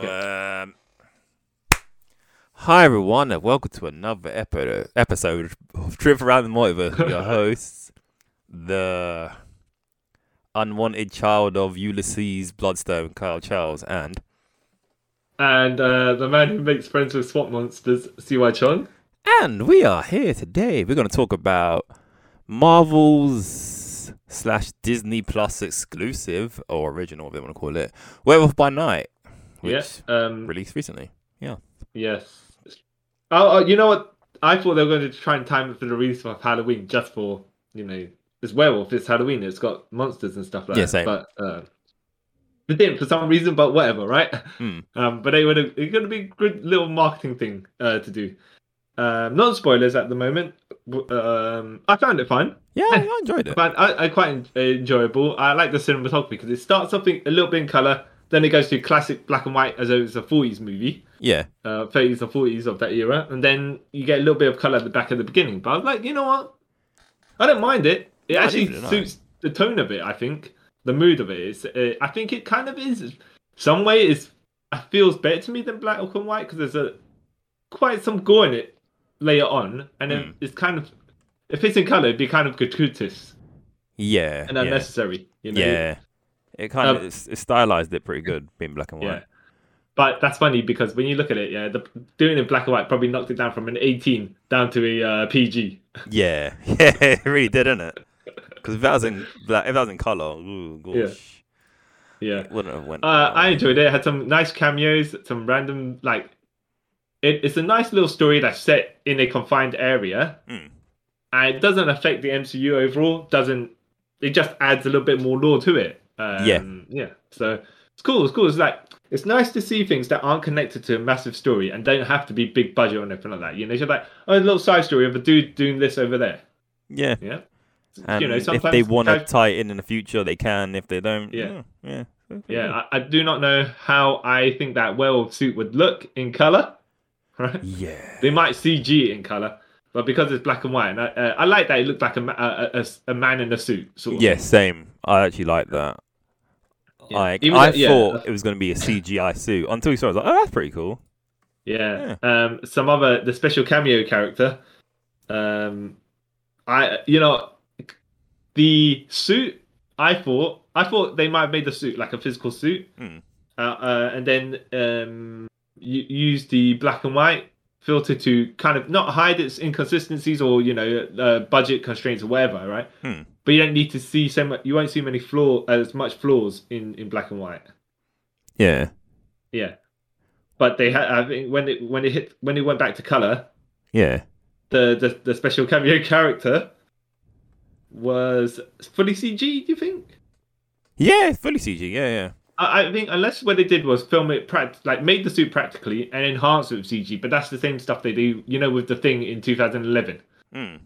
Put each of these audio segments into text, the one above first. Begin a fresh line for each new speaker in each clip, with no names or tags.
Um, hi everyone, and welcome to another epi- episode of Trip Around the Multiverse. with Your hosts, the unwanted child of Ulysses Bloodstone, Kyle Charles, and
And uh, the man who makes friends with swamp monsters, CY Chung.
and we are here today. We're going to talk about Marvel's slash Disney Plus exclusive or original, whatever you want to call it, Werewolf by Night, which
Yes. Um,
released recently.
Yes. Oh, oh, you know what? I thought they were going to try and time it for the release of Halloween just for, you know, it's werewolf, it's Halloween, it's got monsters and stuff like
Yeah,
that.
same.
But uh, they didn't for some reason, but whatever, right?
Hmm.
Um, but they would have, it's going to be a good little marketing thing uh, to do. Um, non spoilers at the moment. W- Um, I found it fun.
Yeah, I enjoyed it.
But I, I quite en- enjoyable. I like the cinematography because it starts off in- a little bit in color, then it goes to classic black and white as though it's a 40s movie,
Yeah.
uh, 30s or 40s of that era, and then you get a little bit of color at the back at the beginning. But I was like, you know what? I don't mind it. It
No,
actually
neither did I.
suits the tone of it. I think the mood of it is. Uh, I think it kind of is. Some way is it feels better to me than black and white because there's a quite some gore in it later on, and then
Hmm.
it's kind of if it's in color, it'd be kind of gratuitous
Yeah.
and
yeah.
unnecessary. You know?
Yeah, it kind
Um,
of it's it stylized it pretty good, being black and
Yeah.
white.
But that's funny because when you look at it, yeah, the, doing it in black and white probably knocked it down from an 18 down to a uh, PG.
Yeah, yeah, it really did, didn't it? Because if that was in black, if that was in color, ooh, gosh,
Yeah. Yeah.
it wouldn't have went.
Uh, I
well.
enjoyed it. It had some nice cameos, some random, like, it, it's a nice little story that's set in a confined area.
Mm.
And it doesn't affect the MCU overall. Doesn't it just adds a little bit more lore to it? Um,
Yeah.
yeah. So it's cool. It's cool. It's like it's nice to see things that aren't connected to a massive story and don't have to be big budget or anything like that. You know, it's just like oh, a little side story of a dude doing this over there.
yeah,
Yeah.
and
you know,
if
sometimes
they want to
guys-
tie it in in the future, they can. If they don't, yeah,
Yeah.
yeah,
Yeah, I, I do not know how I think that werewolf suit would look in color. Right.
yeah,
They might CG it in color, but because it's black and white, and I, uh, I like that it looked like a, ma- a, a- a s- a man in a suit. Sort of.
yeah. Same. I actually like that.
Yeah.
Like,
Even
I
though- yeah.
thought it was going to be a CGI suit until we saw. It, I was like, oh, that's pretty cool.
Yeah. Um, some other the special cameo character. Um, I you know the suit. I thought I thought they might have made the suit like a physical suit,
Hmm.
uh, uh, and then um, you use the black and white filter to kind of not hide its inconsistencies or you know uh, budget constraints or whatever, right?
Hmm.
But you don't need to see so much. You won't see many flaw as much flaws in in black and white.
Yeah,
Yeah, but they had. I think when it when it hit when it went back to color,
yeah,
the the, the special cameo character was fully CG. Do you think?
yeah. it's Fully CG. Yeah, yeah.
I, I think unless what they did was film it pract- like made the suit practically and enhance it with CG. But that's the same stuff they do, you know, with the thing in 2011
Mm.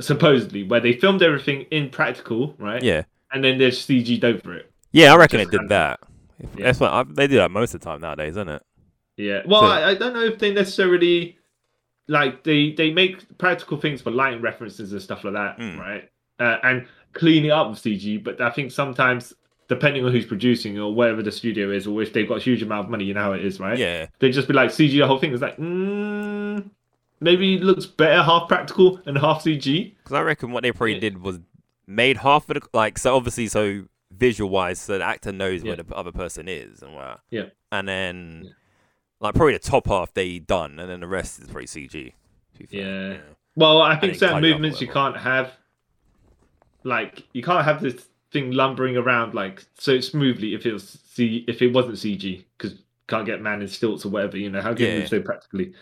supposedly where they filmed everything in practical, right?
Yeah.
and then they just CG'd over it.
Yeah, I reckon it
Just
did
random.
that. If-
Yeah.
That's what I, they do that most of the time nowadays, isn't it?
Yeah. Well,
So-
I, I don't know if they necessarily like they they make practical things for lighting references and stuff like that,
Mm.
right? Uh, and clean it up with CG. But I think sometimes, depending on who's producing or wherever the studio is, or if they've got a huge amount of money, you know how it is, right?
Yeah,
They just be like CG the whole thing. It's like, mm, maybe it looks better half practical and half CG.
because I reckon what they probably
Yeah.
did was made half of the like so obviously so visual wise, so the actor knows where
Yeah.
the other person is and where.
Yeah.
And then
Yeah.
like probably the top half they done, and then the rest is pretty CG. to be fair.
Yeah. Well, I
And
think
it tidied up
certain
a
movements you
little.
can't have, like you can't have this thing lumbering around like so smoothly if it was C if it wasn't CG because can't get man in stilts or whatever. You know how can
Yeah.
you move so practically?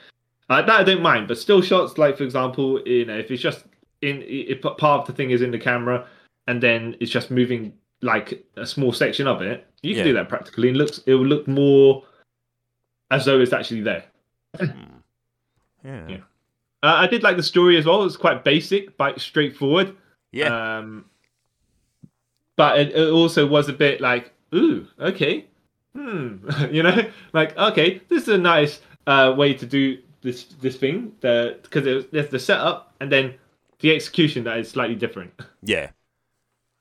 Uh, that I don't mind, but still shots like for example, you know, if it's just in if part of the thing is in the camera and then it's just moving like a small section of it, you
Yeah.
can do that practically. It looks it will look more as though it's actually there.
Mm. Yeah. Yeah.
Yeah. Uh, I did like the story as well. It's quite basic, but straightforward.
Yeah.
Um, but it, it also was a bit like, ooh, okay, hmm, you know, like okay, this is a nice uh, way to do this this thing. The because there's the setup and then the execution that is slightly different.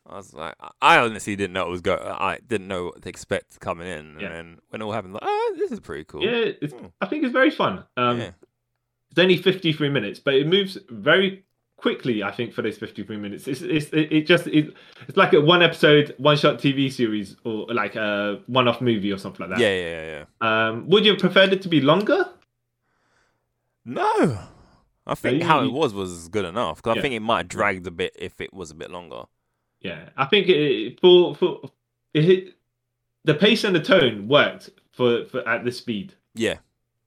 I was like, I- I honestly didn't know it was go. I didn't know what to expect coming in, and
Yeah.
then when it all happened, like, oh, this is pretty cool.
Yeah, it's,
Hmm.
I think it's very fun. Um,
Yeah.
It's only 53 minutes, but it moves very quickly. I think for those 53 minutes, it's, it's it, it just it, it's like a one episode, one shot TV series or like a one off movie or something like that.
yeah, yeah, yeah, yeah.
Um, would you have preferred it to be longer?
No, I think
you-
how it
you-
was was good enough. Cause I
Yeah.
think it might have dragged a bit if it was a bit longer.
Yeah, I think it, for for it, hit- the pace and the tone worked for, for at this speed.
Yeah,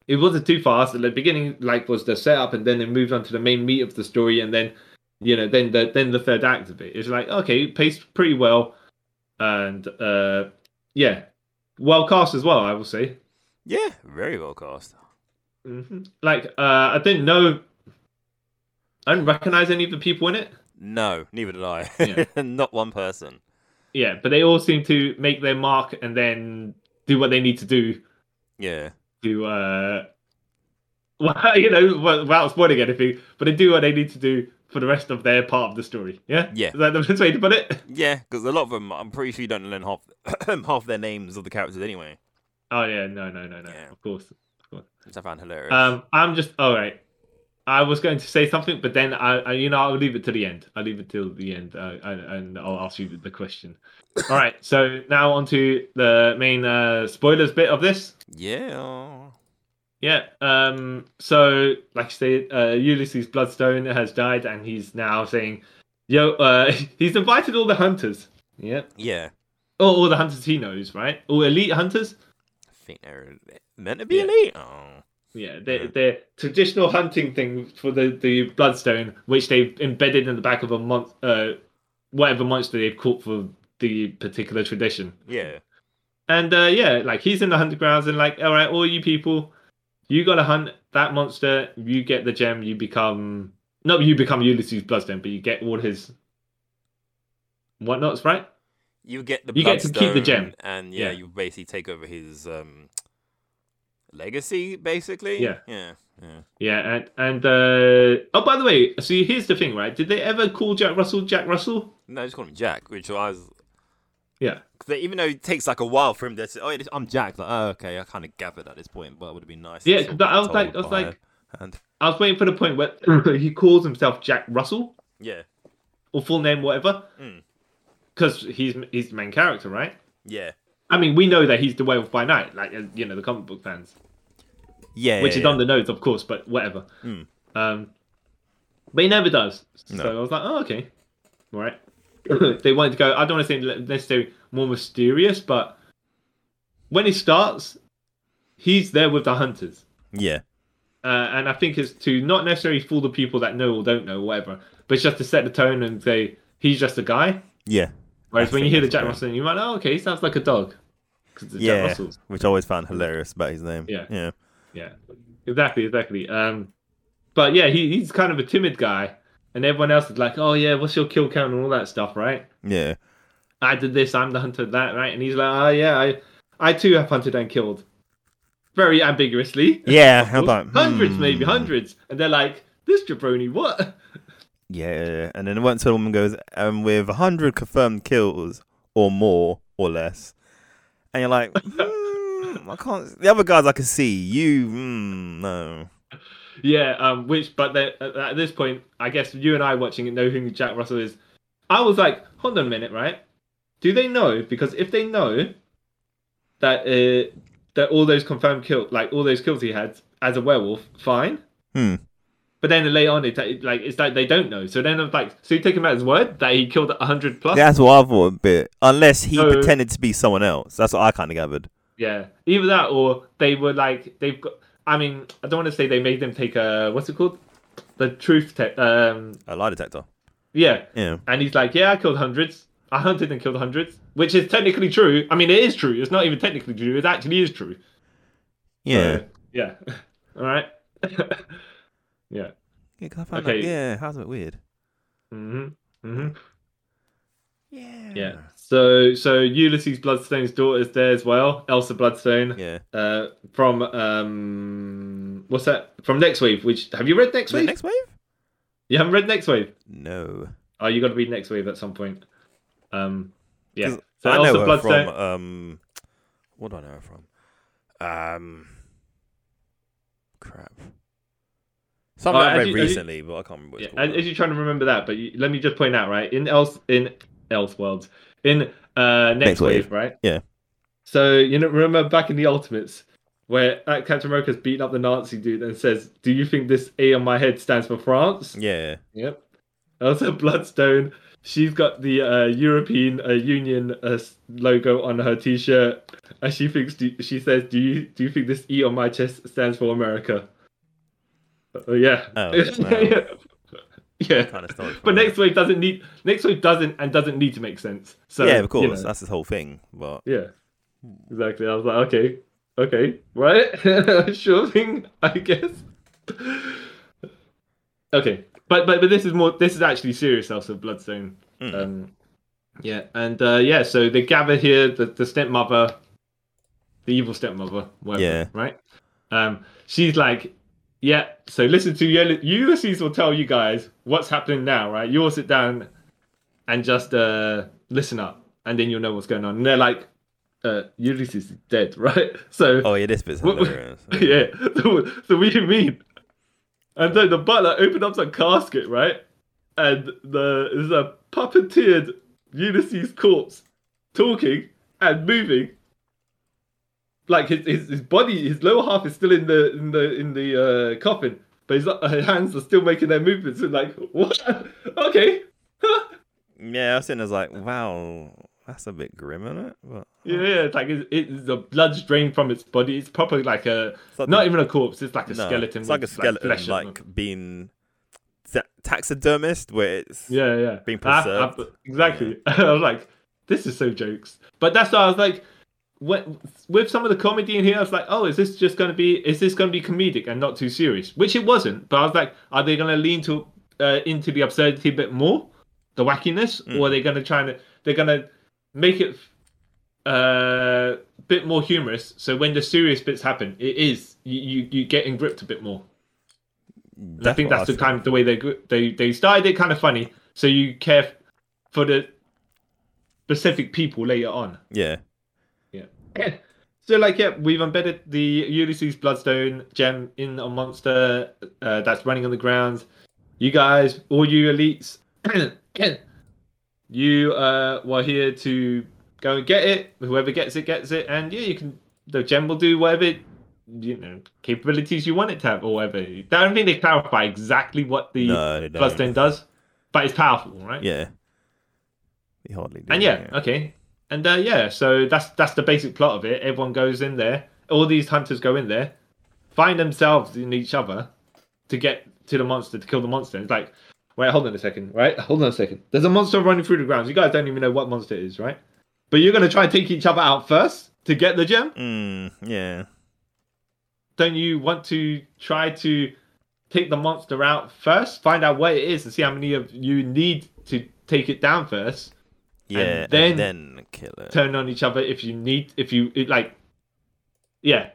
It wasn't too fast. At the beginning, like was the setup, and then it moved on to the main meat of the story, and then you know then the then the third act of it. It's like okay, paced pretty well, and uh yeah, well cast as well. I will say.
yeah, very well cast.
Mhm. Like uh I didn't know, I didn't recognize any of the people in it.
No, neither did I.
Yeah.
Not one person.
Yeah, but they all seem to make their mark and then do what they need to do
Yeah,
to uh well, you know wi- without spoiling anything but they do what they need to do for the rest of their part of the story yeah
Yeah.
is that the best way to put it
yeah, because a lot of them, I'm pretty sure you don't learn half half their names of the characters anyway,
oh yeah no no no no
Yeah.
of course
which I found hilarious.
um i'm just all right i was going to say something but then i, I you know i'll leave it to the end i'll leave it till the end uh, and, and i'll ask you the question all right so now on to the main uh spoilers bit of this
yeah,
Yeah. Um. So, like I say, uh, Ulysses Bloodstone has died, and he's now saying, "Yo, uh, he's invited all the hunters. Yeah.
yeah.
All, all the hunters he knows, right? All elite hunters.
I think they're meant to be
Yeah.
elite. Oh,
Yeah. Their
Yeah.
their traditional hunting thing for the the Bloodstone, which they've embedded in the back of a mon- uh, whatever monster they've caught for the particular tradition.
yeah,
And uh, yeah, like he's in the hunting grounds and like, all right, all you people, you gotta hunt that monster. You get the gem. You become not you become Ulysses Bloodstone, but you get all his whatnots, right?
you get the
You get to keep the gem.
Bloodstone and yeah,
Yeah.
you basically take over his um legacy, basically.
Yeah.
yeah, yeah.
Yeah, and and uh, oh, by the way, so here's the thing, right? Did they ever call Jack Russell Jack Russell?
No, I just call him Jack, which I was.
Yeah,
Cause they- even though it takes like a while for him to say, "Oh, it is- I'm Jack," like, "Oh, okay," I kind of gathered at this point, but it would have been nice. to
Yeah,
sort of
but I
be
was like-
told
I was
by
like-
and
I was waiting for the point where he calls himself Jack Russell
yeah,
or full name, whatever,
Mm.
because he's he's the main character, right?
yeah,
I mean, we know that he's the Werewolf by Night, like uh, you know the comic book fans.
yeah,
which
yeah,
is on the nose, of course, but whatever.
Hmm.
Um, but he never does. So
No.
I was like, oh, okay, all right. they wanted to go. I don't want to say necessarily more mysterious, but when it starts, he's there with the hunters,
yeah,
uh, and I think it's to not necessarily fool the people that know or don't know, whatever, but it's just to set the tone and say he's just a guy.
yeah,
Whereas
I
when you
think
hear the
that's
Jack
fair.
Russell, you might, oh, okay, he sounds like a dog. 'Cause it's Jack Russell's.
which I always found hilarious about his name.
Yeah.
yeah,
Yeah, exactly, exactly. Um, but yeah, he, he's kind of a timid guy, and everyone else is like, "Oh yeah, what's your kill count and all that stuff, right?
yeah,
I did this, I'm the hunter of that, right?" And he's like, "Oh yeah, I, I too have hunted and killed, very ambiguously,
yeah. hmm.
Of course. hundreds maybe hundreds." And they're like, "This jabroni, what?"
Yeah, and then once a woman goes, and with 100 confirmed kills or more or less, and you're like, hmm, I can't. The other guys I can see, you, mm, no.
yeah, um, which but they- at at this point, I guess you and I watching it know who Jack Russell is. I was like, "Hold on a minute, right? Do they know? Because if they know, that uh, that all those confirmed kills, like all those kills he had as a werewolf, fine.
Hmm.
But then later on, it's like- like it's like they don't know. So then I'm like, so you take him at his word that he killed hundred plus.
That's what I thought a bit. Unless he
No.
pretended to be someone else. That's what I kind of gathered.
Yeah. Either that or they were like they've got. I mean, I don't want to say they made them take a what's it called, the truth tech. Um,
A lie detector.
yeah.
Yeah.
And he's like, yeah, I killed hundreds. I hunted and killed hundreds, which is technically true. I mean, it is true. It's not even technically true. It actually is true.
Yeah.
So, yeah. All right. yeah.
Yeah, 'cause I found
Okay.
that, yeah, how's it weird?
hmm hmm
Yeah.
Yeah. So so Ulysses Bloodstone's daughter is there as well, Elsa Bloodstone.
Yeah.
Uh, from um, what's that? From Next Wave. Which have you read Next
Is it
Wave?
next wave?
You haven't read Next Wave.
No.
Oh, you got to read Next Wave at some point. Um, yeah.
'Cause
So
I know
Elsa
her
Bloodstone.
from um, what do I know her from? Um, crap. Something
Oh,
I
as
read
you- as you-
recently, but I can't remember. What
Yeah,
it's
as,
called.
as you're trying to remember that, but you, let me just point out, right? In else in Elseworlds, in uh, next,
Next
wave,
Wave.
right?
Yeah.
So you know, remember back in the Ultimates, where uh, Captain America's beating up the Nazi dude and says, "Do you think this A on my head stands for France?"
yeah,
Yep. Also, Bloodstone. She's got the uh, European uh, Union uh, s- logo on her T-shirt, and she thinks do, she says, "Do you do you think this E on my chest stands for America?" Uh, yeah.
Oh,
yeah.
wow.
Yeah.
kind of stuff.
But next wave doesn't need next wave doesn't and doesn't need to make sense. So
yeah, of course,
you know,
that's his whole thing. But
yeah. Exactly. I was like, okay, okay, right, sure thing, I guess. Okay, but but but this is more. This is actually serious. Also, Bloodstone.
Mm.
Um, yeah, and uh, yeah. So they gather here. The the stepmother, the evil stepmother. Whatever,
Yeah.
Right. Um, she's like, yeah. So listen to Uly- Ulysses will tell you guys what's happening now. Right. You all sit down and just uh, listen up, and then you'll know what's going on. And they're like, uh, Ulysses is dead, right? So
oh yeah, this bit's
What-
hilarious.
yeah. So, so what do you mean? And then the butler opened up some casket, right? And the there's a puppeteered Ulysses corpse talking and moving. Like his, his, his body, his lower half is still in the in the in the uh, coffin, but his, uh, his hands are still making their movements. And like, what? Okay,
yeah. I was sitting there like, wow, that's a bit grim, isn't it? But
yeah, yeah, it's like it's, it's the blood's drained from its body. It's probably like a
it's like
not
the-
even a corpse. It's like a
no,
skeleton.
It's like a
with,
skeleton,
flesh
like,
and-
being ta- taxidermist, where it's
Yeah, yeah.
being
I- I-
preserved.
exactly. I was like, this is so jokes. But that's why I was like, what, with some of the comedy in here, I was like, oh, is this just going to be, is this going to be comedic and not too serious? Which it wasn't. But I was like, are they going to lean to uh, into the absurdity a bit more, the wackiness,
Hmm.
or are they going to try and they're going to make it uh, bit more humorous? So when the serious bits happen, it is you you, you get engripped a bit more. I think
what
that's
I
the kind of the way they gr- they they started it kind of funny, so you care f- for the specific people later on.
Yeah,
Yeah. so like, yeah, we've embedded the Ulysses Bloodstone gem in a monster uh, that's running on the ground. You guys, all you elites, you uh, were here to go and get it. Whoever gets it gets it, and yeah, you can. The gem will do whatever it- you know capabilities you want it to have, or whatever. I don't think they clarify exactly what the
No, they don't.
Bloodstone does, but it's powerful, right?
yeah. He hardly. did,
and yeah, okay, and uh, yeah, so that's that's the basic plot of it. Everyone goes in there. All these hunters go in there, find themselves in each other to get to the monster to kill the monster. It's like, wait, hold on a second, right? Hold on a second. There's a monster running through the grounds. You guys don't even know what monster it is, right? But you're gonna try and take each other out first to get the gem.
Mm, yeah.
Don't you want to try to take the monster out first? Find out what it is and see how many of you need to take it down first.
Yeah. And then,
then-
kill it.
turn on each other if you need if you it, like yeah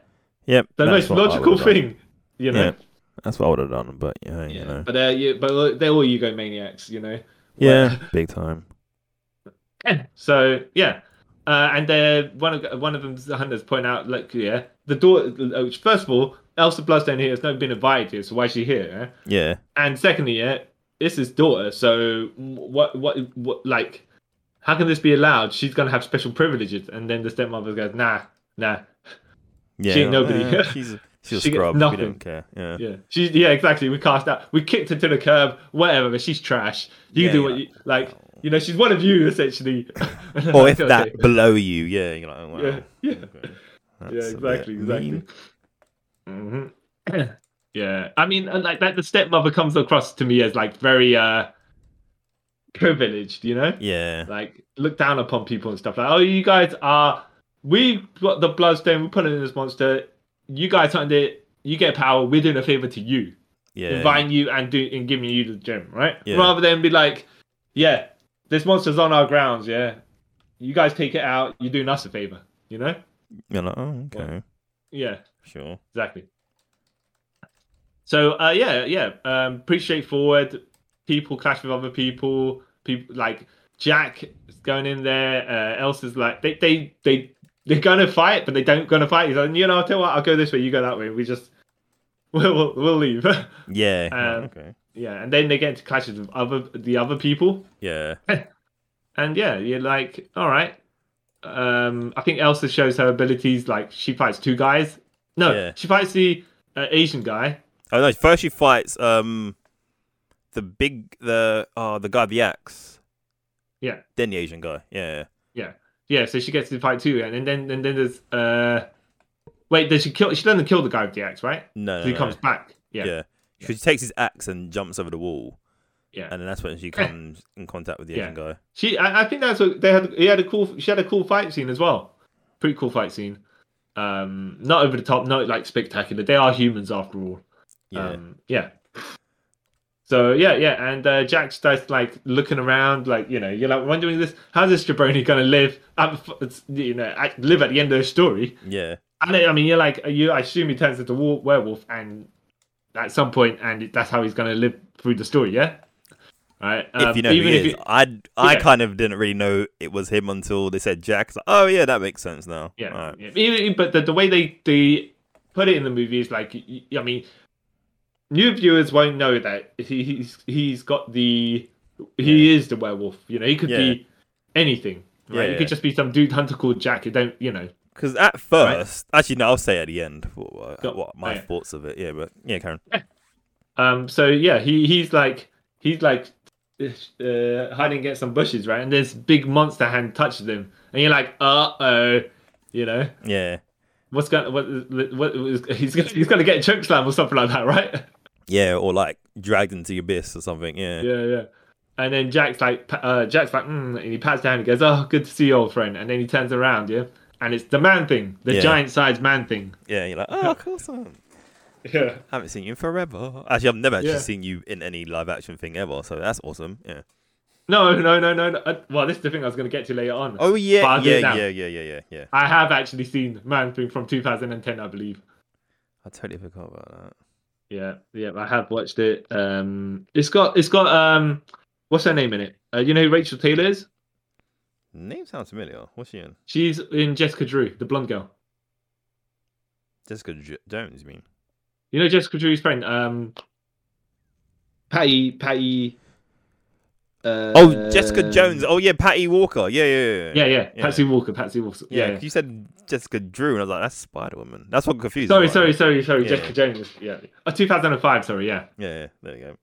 yep.
the
that's
most
what I
logical
would've done.
thing you know
That's what I would have done, but yeah, you know.
but uh you but they're all egomaniacs you know
Yeah, big time.
so yeah uh and uh one of one of them the hunters point out like yeah the door oh, first of all elsa bloodstone here has not been invited here so why is she here eh?
Yeah.
and secondly, yeah, it's his daughter. So what, what, what, like, how can this be allowed? She's gonna have special privileges. And then the stepmother goes, nah, nah,
Yeah.
ain't
like,
nobody.
eh, she's she's a
She gets
scrub. We
nothing.
don't care. Yeah.
yeah, she, yeah, exactly. We cast out, we kicked her to the curb, whatever. But she's trash. You
Yeah,
do
you're
what
like,
you like. You know, she's one of you essentially.
Or if
Okay.
that below you, yeah, you're like, oh, wow.
Yeah, yeah.
okay.
yeah,
That's a bit
exactly, exactly.
mean.
hmm yeah, I mean, and like that, the stepmother comes across to me as like very uh privileged, you know,
Yeah.
like look down upon people and stuff like, oh, you guys are, we got the bloodstone, we put it in this monster, you guys hunt it, you get power, we're doing a favor to you,
Yeah.
inviting you and do and giving you the gem, right?
Yeah.
Rather than be like, yeah, this monster's on our grounds, yeah, you guys take it out, you're doing us a favor, you know?
You're like, oh, okay.
Yeah.
Sure.
exactly. So uh, yeah, yeah, um, pretty straightforward. People clash with other people. People like Jack is going in there. Uh, Elsa's like they they they they're gonna fight, but they don't gonna fight. He's like, you know, I'll tell you what, I'll go this way, you go that way. We just we'll we'll, we'll leave.
Yeah.
Um,
okay.
yeah, and then they get into clashes with other the other people,
Yeah.
and yeah, you're like, all right. Um, I think Elsa shows her abilities. Like she fights two guys. No,
Yeah.
she fights the uh, Asian guy.
Oh no! First she fights um the big the uh the guy with the axe.
Yeah.
Then the Asian guy. Yeah.
Yeah, so she gets to fight two, and then and then there's uh, wait, does she kill? She doesn't kill the guy with the axe, right?
No.
So
no,
he
no.
comes back. Yeah,
Uh, Yeah. She takes his axe and jumps over the wall,
yeah.
and then that's when she comes in contact with the
Yeah.
Asian guy.
She, I, I think that's what they had. He had a cool. She had a cool fight scene as well. Pretty cool fight scene. Um, not over the top, not like spectacular. They are humans after all.
Yeah.
Um, yeah. So yeah, yeah, and uh, Jack starts like looking around, like you know, you're like wondering this. How's this jabroni gonna live? At, the f- it's, you know, at, live at the end of the story.
yeah.
And I I mean, you're like, you. I assume he turns into a wa- werewolf, and at some point, and that's how he's gonna live through the story. Yeah. All right.
if
um,
you know who he is,
you-
I I
yeah.
kind of didn't really know it was him until they said Jack. It's like, oh yeah, that makes sense now.
Yeah,
Alright.
yeah. Even- but the, the way they, they put it in the movie is like, y- y- I mean, new viewers won't know that he, he's he's got the he is the werewolf. You know, he could be anything. Right?
Yeah,
he
yeah.
could just be some dude hunter called Jack. You don't, you know.
Because at first, actually, no, I'll say at the end what, what,
Go-
what my
oh, yeah.
thoughts of it. Yeah, but yeah, Karen.
Um. So yeah, he he's like he's like uh, hiding against some bushes, right? And this big monster hand touches him, and you're like, uh oh, you know.
Yeah,
What's gonna what, what, what he's gonna he's gonna get choke slam or something like that, right?
yeah, or like dragged into the abyss or something. Yeah,
yeah, yeah. And then Jack's like, pa- uh, Jack's like, mm, and he pats down and goes, "Oh, good to see you, old friend." And then he turns around, yeah, and it's the man thing, the
Yeah.
giant-sized man thing.
yeah. You're like, oh, awesome.
Yeah,
haven't seen you in forever. Actually, I've never actually
Yeah.
seen you in any live action thing ever, so that's awesome. Yeah.
no, no, no, no. no. Uh, well, this is the thing I was gonna get to later on.
Oh yeah,
But I'll do it
yeah,
now.
yeah, yeah, yeah, yeah, yeah.
I have actually seen Man Thing from 2010, I believe.
I totally forgot about
Yeah, yeah, I have watched it. Um, it's got, it's got, um, what's her name in it? Uh, you know who Rachel Taylor is?
that. Name sounds familiar. What's she in?
She's in Jessica Drew, the blonde girl.
Jessica J- Jones, you mean?
You know Jessica Drew's friend, um, Patty, Patty. Uh,
Oh, Jessica Jones. Oh yeah, Patty Walker. Yeah, yeah, yeah.
Yeah, yeah,
Yeah.
Patsy Walker, Patsy Walker.
Yeah,
Yeah.
'cause you said Jessica Drew, and I was like, that's Spider Woman. That's what confused.
Sorry,
me.
sorry, sorry, sorry.
Yeah,
Jessica Jones. Yeah. Oh, 2005. Sorry. Yeah.
Yeah, yeah. There you go.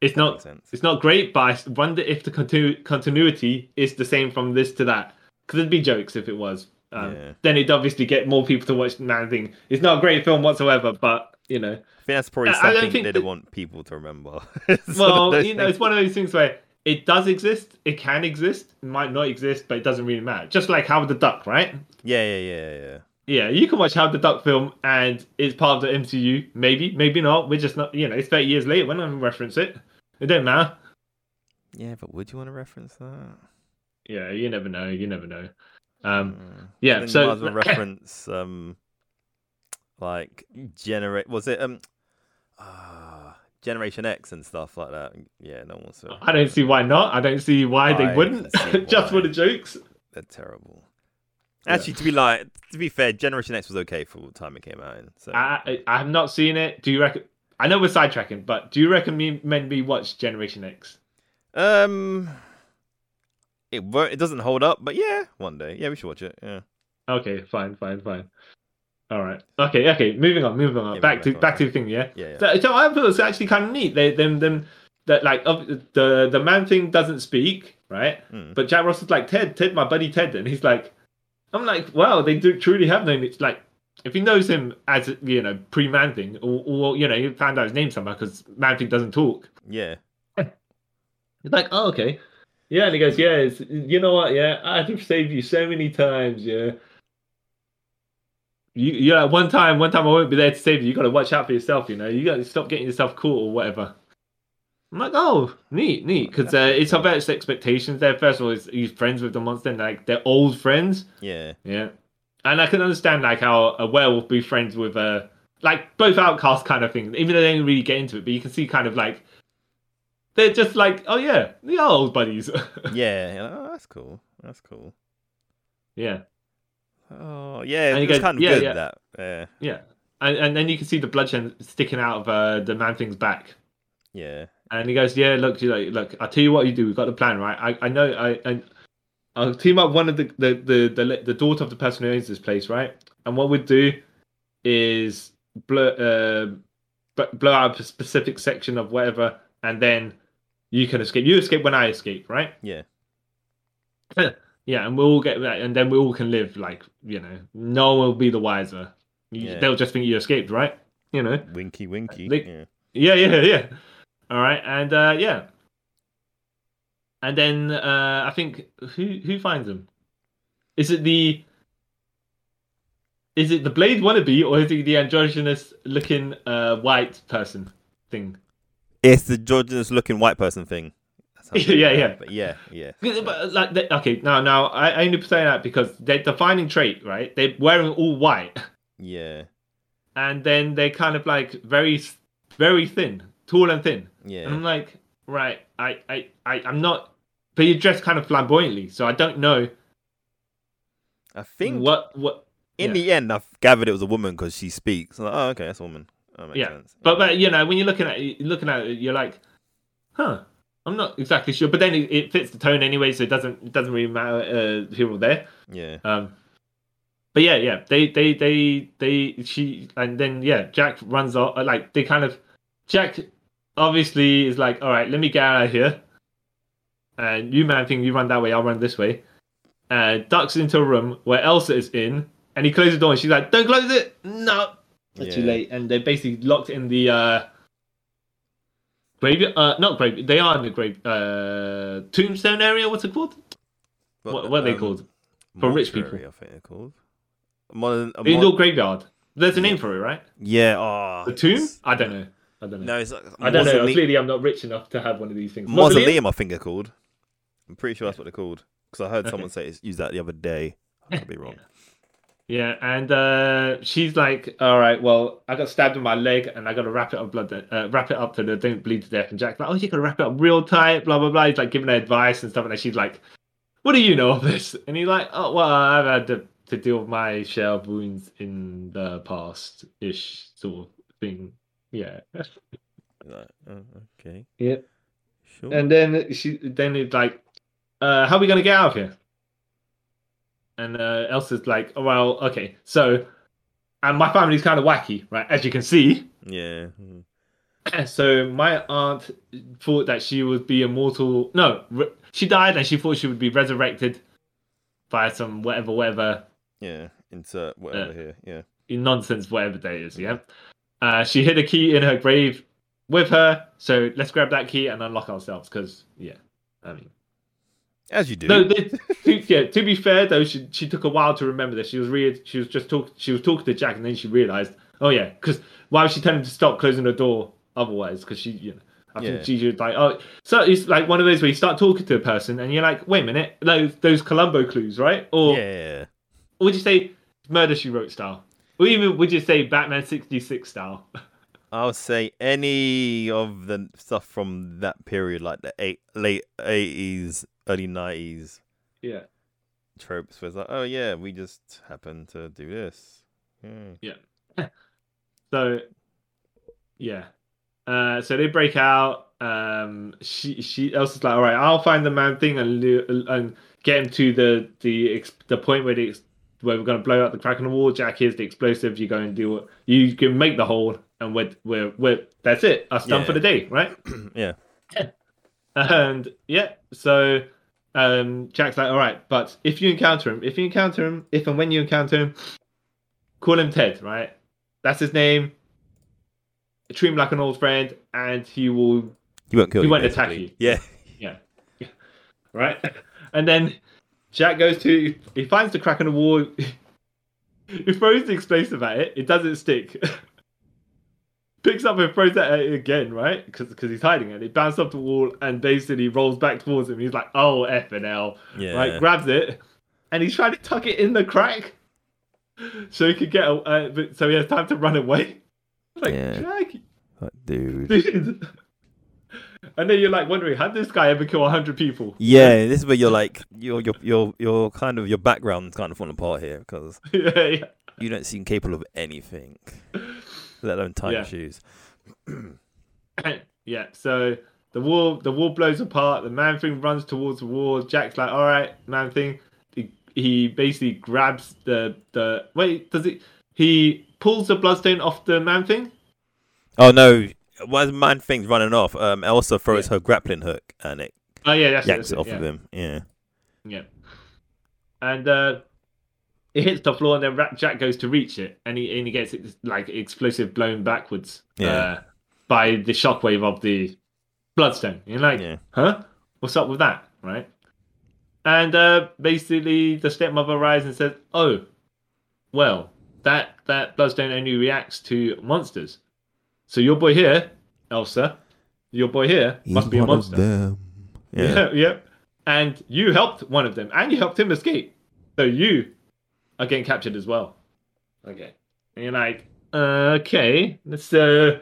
It's
Makes
not.
sense.
It's not great, but I wonder if the continu- continuity is the same from this to that. Because it'd be jokes if it was. Um,
Yeah.
Then it'd obviously get more people to watch Man Thing. It's not a great film whatsoever, but you know.
I think that's probably
I- I don't
something
think
they
that-
don't want people to remember.
Well, you know, it's one of those things where it does exist, it can exist, it might not exist, but it doesn't really matter. Just like Howard the Duck, right?
yeah, yeah, yeah, yeah.
Yeah, you can watch Howard the Duck film and it's part of the MCU. Maybe, maybe not. We're just not, you know, it's 30 years later. We're not going to reference it. It don't matter.
Yeah, but would you want to reference that?
Yeah, you never know. You never know. Um,
Mm.
yeah,
then you might
so.
as well reference um like generate was it um uh, generation x and stuff like that yeah no one wants to
I don't see why not. I don't see why
I
they
can
wouldn't.
see
just for
why.
the jokes.
they're terrible
Yeah.
actually to be like to be fair generation x was okay for the time it came out in so
I, I I have not seen it. Do you reckon? I know we're sidetracking, but do you recommend me watch Generation X?
um it won't it doesn't hold up but yeah one day yeah we should watch it yeah
Okay, fine, fine, fine. All right. Okay, okay. Moving on, moving on.
Yeah,
back
moving
to
back on,
back to the thing. Yeah.
yeah, yeah.
So, so I thought it was actually kind of neat. They them them that like of the the man thing doesn't speak right,
Mm.
but Jack Ross is like Ted, Ted, my buddy Ted, and he's like, I'm like, wow, they do truly have known. It's like if he knows him as you know pre man thing, or, or you know you found out his name somehow because man thing doesn't talk.
yeah
He's like, oh, okay. Yeah, and he goes, yeah, it's, you know what? Yeah, I've saved you so many times. Yeah. You, yeah, one time, one time I won't be there to save you. You got to watch out for yourself, you know. You got to stop getting yourself caught or whatever. I'm like, oh, neat, neat. Because uh, it's about its expectations there. First of all, it's, he's friends with the monster, and, like they're old friends.
yeah
Yeah. And I can understand like how a werewolf be friends with a like both outcast kind of thing. Even though they didn't really get into it, but you can see kind of like They're just like, oh yeah, they are old buddies.
yeah, you're like, oh, that's cool. That's cool.
yeah,
Oh, yeah,
And
it
you
was
go,
kind of
yeah,
good
yeah.
that. Yeah,
yeah. And, and then you can see the bloodshed sticking out of uh, the man thing's back.
yeah,
And he goes, "Yeah, look, you like, look, I'll tell you what you do. We've got the plan, right? I, I know. I, and I'll team up one of the the, the the the daughter of the person who owns this place, right? And what we'd do is blow uh, bu- blow out a specific section of whatever, and then you can escape. You escape when I escape, right?
yeah,
Yeah, and we'll all get that, and then we all can live like you know. No one will be the wiser. You-
Yeah.
They'll just think you escaped, right? You know.
Winky, winky.
They-
yeah.
Yeah, yeah, yeah. All right, and uh, yeah, and then uh, I think who who finds him? Is it the is it the blade wannabe or is it the androgynous looking uh, white person thing?
It's the Georgian's looking white person thing. That's how I feel
Yeah,
about it,
yeah.
But yeah, yeah.
But like, they, okay, now now I, I only say that because their defining trait, right? They're wearing all white,
Yeah,
and then they're kind of like very very thin, tall and thin. And
yeah.
I'm like, right, I, I, I, I'm not. But you dress kind of flamboyantly, so I don't know
I think
what, what.
in
yeah.
the end, I gathered it was a woman because she speaks. I'm like, oh, okay, that's a woman. That makes
Yeah,
sense.
But, but you know, when you're looking at, it- you're looking at it, you're like, huh, I'm not exactly sure. But then it, it fits the tone anyway, so it doesn't, it doesn't really matter uh, here or there.
yeah,
Um, but yeah, yeah, they, they, they, they, she, and then yeah, Jack runs off. uh, Like they kind of, Jack obviously is like, all right, let me get out of here. And you man thing, you run that way, I'll run this way. And ducks into a room where Elsa is in, and he closes the door, and she's like, don't close it, no, it's too
Yeah.
late. And they're basically locked in the uh, graveyard. Uh, not grave. They are in the grave. Uh, tombstone area. What's it called?
But,
what, what are they
um,
called? For rich people.
mortuary, I think they're called. Modern, a
Indoor
mod-
graveyard. There's a name for it, right?
yeah, oh,
The tomb?
it's-
I don't know. I don't know.
No, it's like
I don't know.
mausoleum,
Clearly, I'm not rich enough to have one of these things.
mausoleum, I think they're called. I'm pretty sure that's what they're called because I heard
Okay.
someone say it's, use that the other day. I could be wrong.
Yeah, and uh, she's like, "All right, well, I got stabbed in my leg, and I got to wrap it up, blood, uh, wrap it up to the don't bleed to death." And Jack's like, "Oh, you got to wrap it up real tight, blah blah blah." He's like giving her advice and stuff, and then she's like, "What do you know of this?" And he's like, "Oh, well, I've had to, to deal with my share of wounds in the past, ish sort of thing." Yeah,
Like, oh, okay,
yeah.
sure.
And then she then it's like, uh, how are we gonna get out of here? And uh, Elsa's like, oh, well, okay, so, and my family's kind of wacky, right? As you can see.
yeah, mhm.
So my aunt thought that she would be immortal. No, re- she died, and she thought she would be resurrected by some whatever, whatever
yeah. Insert whatever here. Yeah,
nonsense, whatever that is. Yeah. Uh, she hid a key in her grave with her. So let's grab that key and unlock ourselves, because yeah, I mean.
as you do.
No, they, to, yeah. To be fair, though, she she took a while to remember this. She was re- she was just talk she was talking to Jack, and then she realized, oh yeah, because why was she telling him to stop closing the door otherwise? Because she, you know, I
Yeah.
think she was like, oh, so it's like one of those where you start talking to a person, and you're like, wait a minute, those those Columbo clues, right? Or
yeah,
would you say Murder She Wrote style, or even would you say Batman '66 style?
I'll say any of the stuff from that period, like the eight, late eighties, early nineties
yeah.
tropes, was like, oh yeah, we just happen to do this. Hmm. Yeah.
So, yeah. Uh, so they break out. Um, she she Elsa's like, all right, I'll find the man thing and lu- and get him to the the ex- the point where the ex- where we're gonna blow out the crack in the wall. Jack here's the explosive. You go and do it. You can make the hole, and we're we're, we're that's it. Us done for
Yeah.
the day, right?
yeah.
And yeah, so um, Jack's like, all right, but if you encounter him, if you encounter him, if and when you encounter him, call him Ted, right? That's his name. Treat him like an old friend, and he will,
He won't kill
He
you.
won't attack
basically.
you.
Yeah.
right? And then Jack goes to, he finds the crack in the wall. he throws the explosive at it. It doesn't stick. Picks up and throws it at it again, right? Because he's hiding it. It bounces off the wall and basically rolls back towards him. He's like, oh, F and L.
Yeah.
right? Grabs it, and he's trying to tuck it in the crack, so he could get. a- Uh, but- so he has time to run away. Like
Yeah.
Jack,
Like, dude.
dude. and then you're like wondering, how did this guy ever kill hundred people?
Yeah, this is where you're like your your your your kind of your background's kind of falling apart here because
yeah, yeah.
you don't seem capable of anything, let alone tying
Yeah.
shoes.
yeah, so the wall the wall blows apart, the man thing runs towards the wall, Jack's like, Alright, man thing. He, he basically grabs the the wait, does it he pulls the bloodstain off the man thing?
Oh no! Why is man things running off? Um, Elsa throws her grappling hook and it
Oh yeah, that's, it,
yanks
that's
it off
yeah.
of him. Yeah.
Yeah. And uh it hits the floor and then Ra- Jack goes to reach it and he and he gets it like explosive blown backwards
Yeah.
uh, by the shockwave of the bloodstone. You're like,
Yeah.
huh? What's up with that? Right? And uh basically the stepmother arrives and says, Oh, well, that that bloodstone only reacts to monsters. So your boy here, Elsa, your boy here must be a monster.
Yeah.
Yeah. yep. And you helped one of them, and you helped him escape. So you are getting captured as well. Okay. And you're like, uh, okay, so.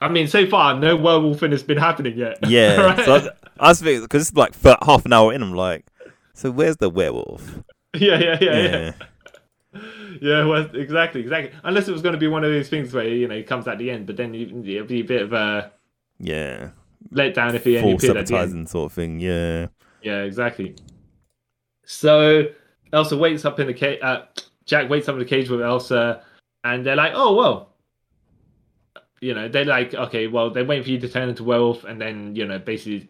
I mean, so far, no werewolfing has been happening yet.
Yeah.
Right?
So I was, I was thinking because it's like for half an hour in, I'm like, so where's the werewolf?
yeah, yeah, yeah, yeah.
yeah.
Yeah, well, exactly, exactly. Unless it was going to be one of those things where you know it comes at the end, but then you- it'll be a bit of a
yeah.
letdown if he only
Full
appeared at the end.
sabotaging sort of thing. Yeah.
Yeah, exactly. So Elsa wakes up in the cage. Uh, Jack wakes up in the cage with Elsa, and they're like, "Oh well," you know, they're like, "Okay, well, they're waiting for you to turn into werewolf, and then you know, basically,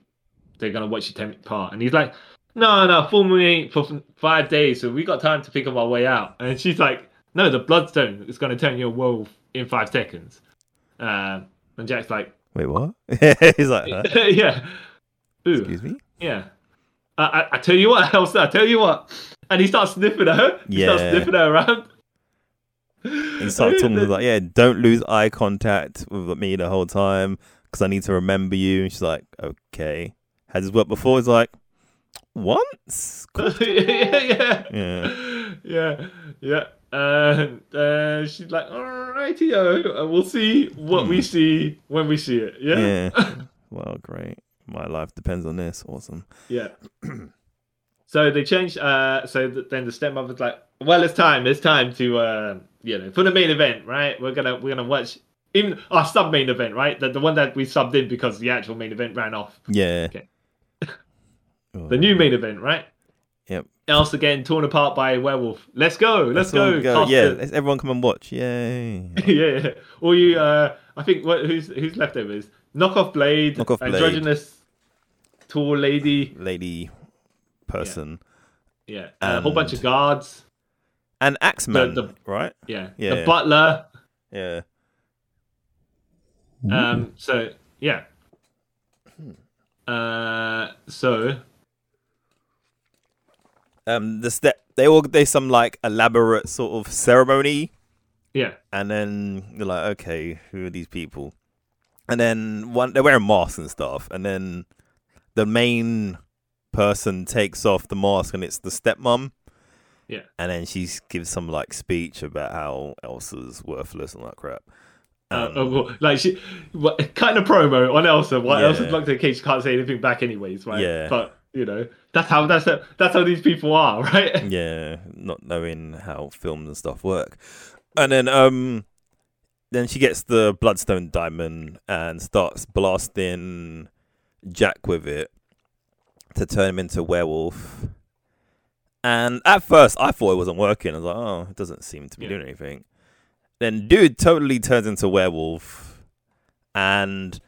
they're gonna watch you take part." And he's like, "No, no, full moon ain't for f- five days, so we got time to think of our way out." And she's like, "No, the bloodstone is gonna turn you a werewolf in five seconds." Um, and Jack's like,
Wait, what? He's like, huh?
"Yeah, ooh,
excuse me.
yeah. I, I, I tell you what, Elsa, I tell you what. And he starts sniffing at her. He starts
Yeah.
sniffing her around.
He started talking to her, like, yeah, don't lose eye contact with me the whole time because I need to remember you. And she's like, okay. Has this worked before? He's like, once. Cool.
yeah,
Yeah.
yeah, yeah, yeah. And uh, she's like, alrighty, and we'll see what we see when we see it. Yeah,
Yeah. well, great. My life depends on this. Awesome.
yeah. so they changed. Uh, so th- then the stepmother's like, well, it's time. It's time to uh, you know for the main event, right? We're gonna we're gonna watch even our sub main event, right? The the one that we subbed in because the actual main event ran off.
Yeah.
Okay.
Oh,
The new main event, right?
Yep.
Elsa getting torn apart by a werewolf. Let's go. Let's, go.
everyone
cast
Yeah,
it.
let's everyone come and watch. Yay.
yeah, yeah. Or you, uh, I think what, who's who's left over is knockoff blade,
Knock Off Blade.
androgynous tall lady,
Lady person.
yeah, a whole bunch
And-
of guards,
And Axeman,
the-
right?
yeah,
Yeah.
the butler.
Yeah.
Um, so yeah. Uh, so
Um the step they all do some like elaborate sort of ceremony
yeah,
and then you're like, okay, who are these people? And then one, they're wearing masks and stuff, and then the main person takes off the mask, and it's the stepmom.
Yeah.
And then she s- gives some like speech about how Elsa's worthless and all that crap.
uh,
Um,
oh, well, like she, what, kind of promo on Elsa. While
Yeah.
Elsa's locked in a cage, she can't say anything back, anyways, right?
Yeah.
But you know, that's how that's how, that's how these people are, right?
yeah, not knowing how films and stuff work. And then um then she gets the bloodstone diamond and starts blasting Jack with it to turn him into a werewolf. And at first I thought it wasn't working. I was like, oh, it doesn't seem to be
Yeah.
doing anything. Then dude totally turns into a werewolf and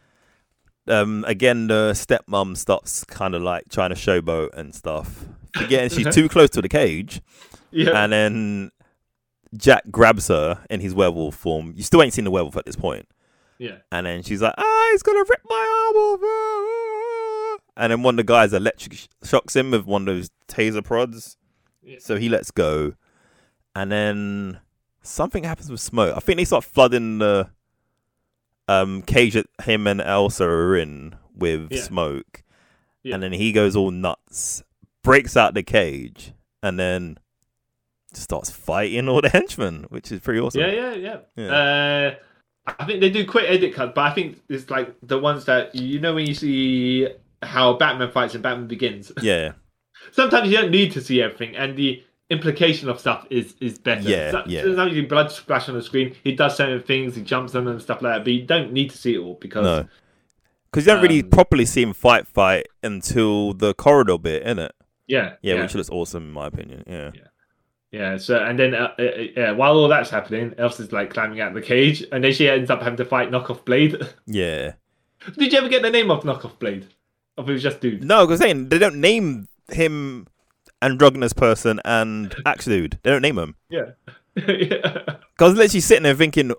um, again, the stepmom starts kind of like trying to showboat and stuff. Again, she's too close to the cage,
Yeah,
and then Jack grabs her in his werewolf form. You still ain't seen the werewolf at this point,
yeah,
and then she's like, "Ah, he's gonna rip my arm off!" And then one of the guys electric sh- shocks him with one of those taser prods,
Yeah.
so he lets go, and then something happens with smoke. I think they start flooding the um, cage that him and Elsa are in with
Yeah.
smoke,
Yeah.
and then he goes all nuts, breaks out the cage, and then starts fighting all the henchmen, which is pretty awesome.
yeah, yeah, yeah.
Yeah.
Uh, I think they do quick edit cuts, but I think it's like the ones that you know when you see how Batman fights and Batman Begins.
Yeah.
Sometimes you don't need to see everything, and the implication of stuff is is better.
Yeah,
So-
yeah.
Sometimes you blood splash on the screen. He does certain things, he jumps on them and stuff like that, but you don't need to see it all because
No. Because you don't really
Um,
properly see him fight fight until the corridor bit, innit?
yeah,
Yeah, which looks awesome in my opinion. Yeah.
Yeah, so and then uh, uh, uh, yeah, while all that's happening, Elsa's like climbing out of the cage, and then she ends up having to fight Knockoff Blade.
Yeah.
Did you ever get the name of Knockoff Blade? Or if it was just dude?
No, because saying they don't name him androgynous person and axe dude. They don't name him.
Yeah. yeah.
Because literally sitting there thinking,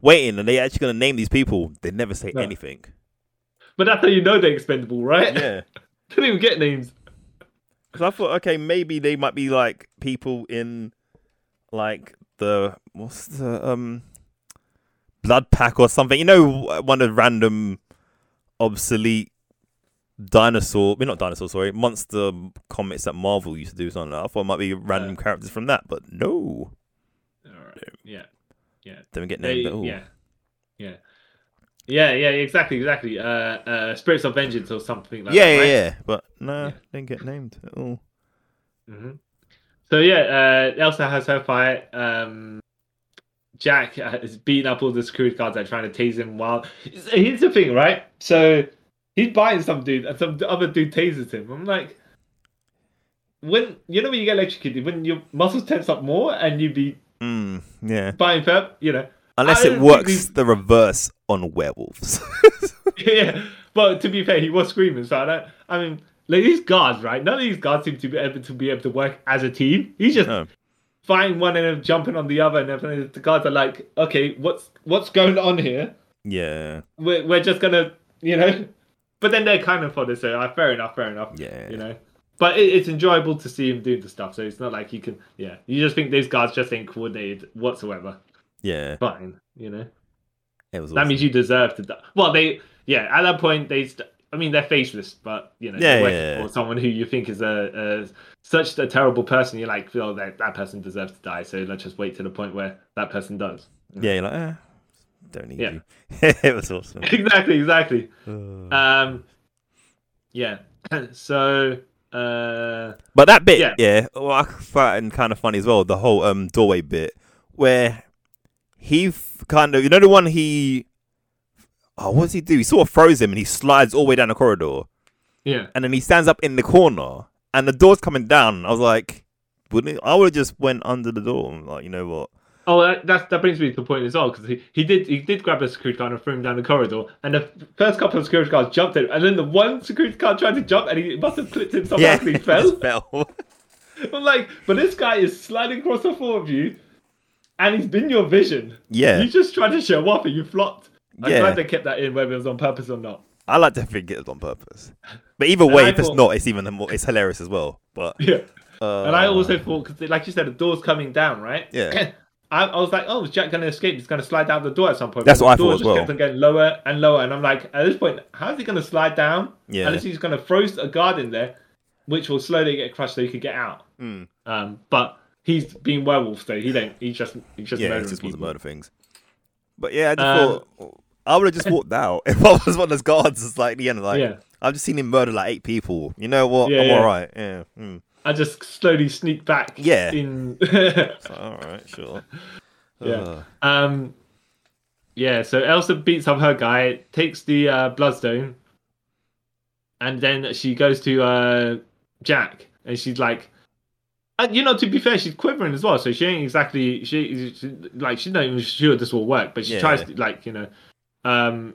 waiting, are they actually going to name these people? They never say
No.
anything.
But that's how you know they're expendable, right?
Yeah.
they don't even get names.
Because I thought, okay, maybe they might be like people in like the what's the um blood pack or something. You know, one of the random obsolete dinosaur, well, not dinosaur, sorry, monster comics that Marvel used to do. Something like that. I thought it might be random
Uh,
characters from that, but no,
All right. Yeah.
they don't get
They,
named at all.
yeah. Yeah. Yeah, yeah, exactly, exactly. Uh, uh, Spirits of Vengeance or something like
yeah,
that.
yeah,
right?
yeah, but no,
Yeah.
they didn't get named at all.
hmm So yeah, uh, Elsa has her fight. Um, Jack uh, is beating up all the security guards that are trying to tase him. While here's the thing, right? So he's biting some dude, and some other dude tases him. I'm like, when you know when you get electrocuted, when your muscles tense up more and you be
Mm, yeah,
biting fur, you know.
unless
I
it
don't think
works
these-
the reverse on werewolves.
yeah. But to be fair, he was screaming. So I don't. I mean, like these guards, right? None of these guards seem to be able to be able to work as a team. He's just
no.
fighting one and then jumping on the other, and everything. The guards are like, okay, what's what's going on here?
Yeah,
We're we're just gonna, you know. But then they're kind of for this, so uh, fair enough, fair enough.
yeah,
You know. But it, it's enjoyable to see him doing the stuff, so it's not like you can, yeah. You just think these guards just ain't coordinated whatsoever.
yeah.
Fine, you know.
It was
That
awesome.
means you deserve to. Die. Well, they yeah. At that point, they. St- I mean, they're faceless, but you know,
Yeah,
they're
yeah,
working
yeah.
for someone who you think is a, a such a terrible person. You're like, oh, that that person deserves to die. So let's just wait to the point where that person does.
Yeah, you're like, eh, don't need
Yeah.
you. it was awesome.
exactly, exactly.
Uh,
Um, yeah. so, uh,
but that bit, yeah,
yeah.
well, I find kind of funny as well. The whole um doorway bit where he f- kind of, you know, the one he, oh, what does he do? He sort of throws him and he slides all the way down the corridor,
yeah,
and then he stands up in the corner, and the door's coming down. I was like, wouldn't it? I would have just went under the door. and like, you know what?
Oh, that that's, that brings me to the point as well because he, he did he did grab a security guard and threw him down the corridor, and the first couple of security guards jumped at him, and then the one security guard tried to jump, and he must have clipped himself
yeah,
out and he
just
fell.
fell.
I'm like, but this guy is sliding across the floor of you, and he's been your vision.
Yeah.
you just tried to show off, and you flopped. I'm
Yeah.
glad they kept that in, whether it was on purpose or not.
I like to think it was on purpose. But either
And
way,
I
if it's
thought-
not, it's even more. It's hilarious as well. But
Yeah.
uh,
And I also thought, because like you said, the door's coming down, right?
Yeah.
I, I was like, oh, is Jack going to escape? He's going to slide down the door at some point.
That's
But
what I
the door
thought as
just
well.
kept on getting lower and lower. And I'm like, at this point, how is he going to slide down?
Yeah.
Unless he's going to throw a guard in there, which will slowly get crushed so he could get out.
Mm.
Um, but he's been werewolf, so he don't. He just he just
yeah,
murdering
it just wants to
people.
murder things. But yeah, I just
Um,
thought I would have just walked out if I was one of those guards. It's like the end, like
Yeah.
I've just seen him murder like eight people. You know what?
Yeah,
I'm
yeah.
all right. Yeah, mm.
I just slowly sneak back.
Yeah.
In.
It's like, all right, sure.
Yeah.
Ugh.
um. Yeah. So Elsa beats up her guy, takes the uh, bloodstone, and then she goes to uh, Jack, and she's like, and, you know, to be fair, she's quivering as well, so she ain't exactly she, she like she's not even sure this will work, but she
Yeah.
tries to like you know, um,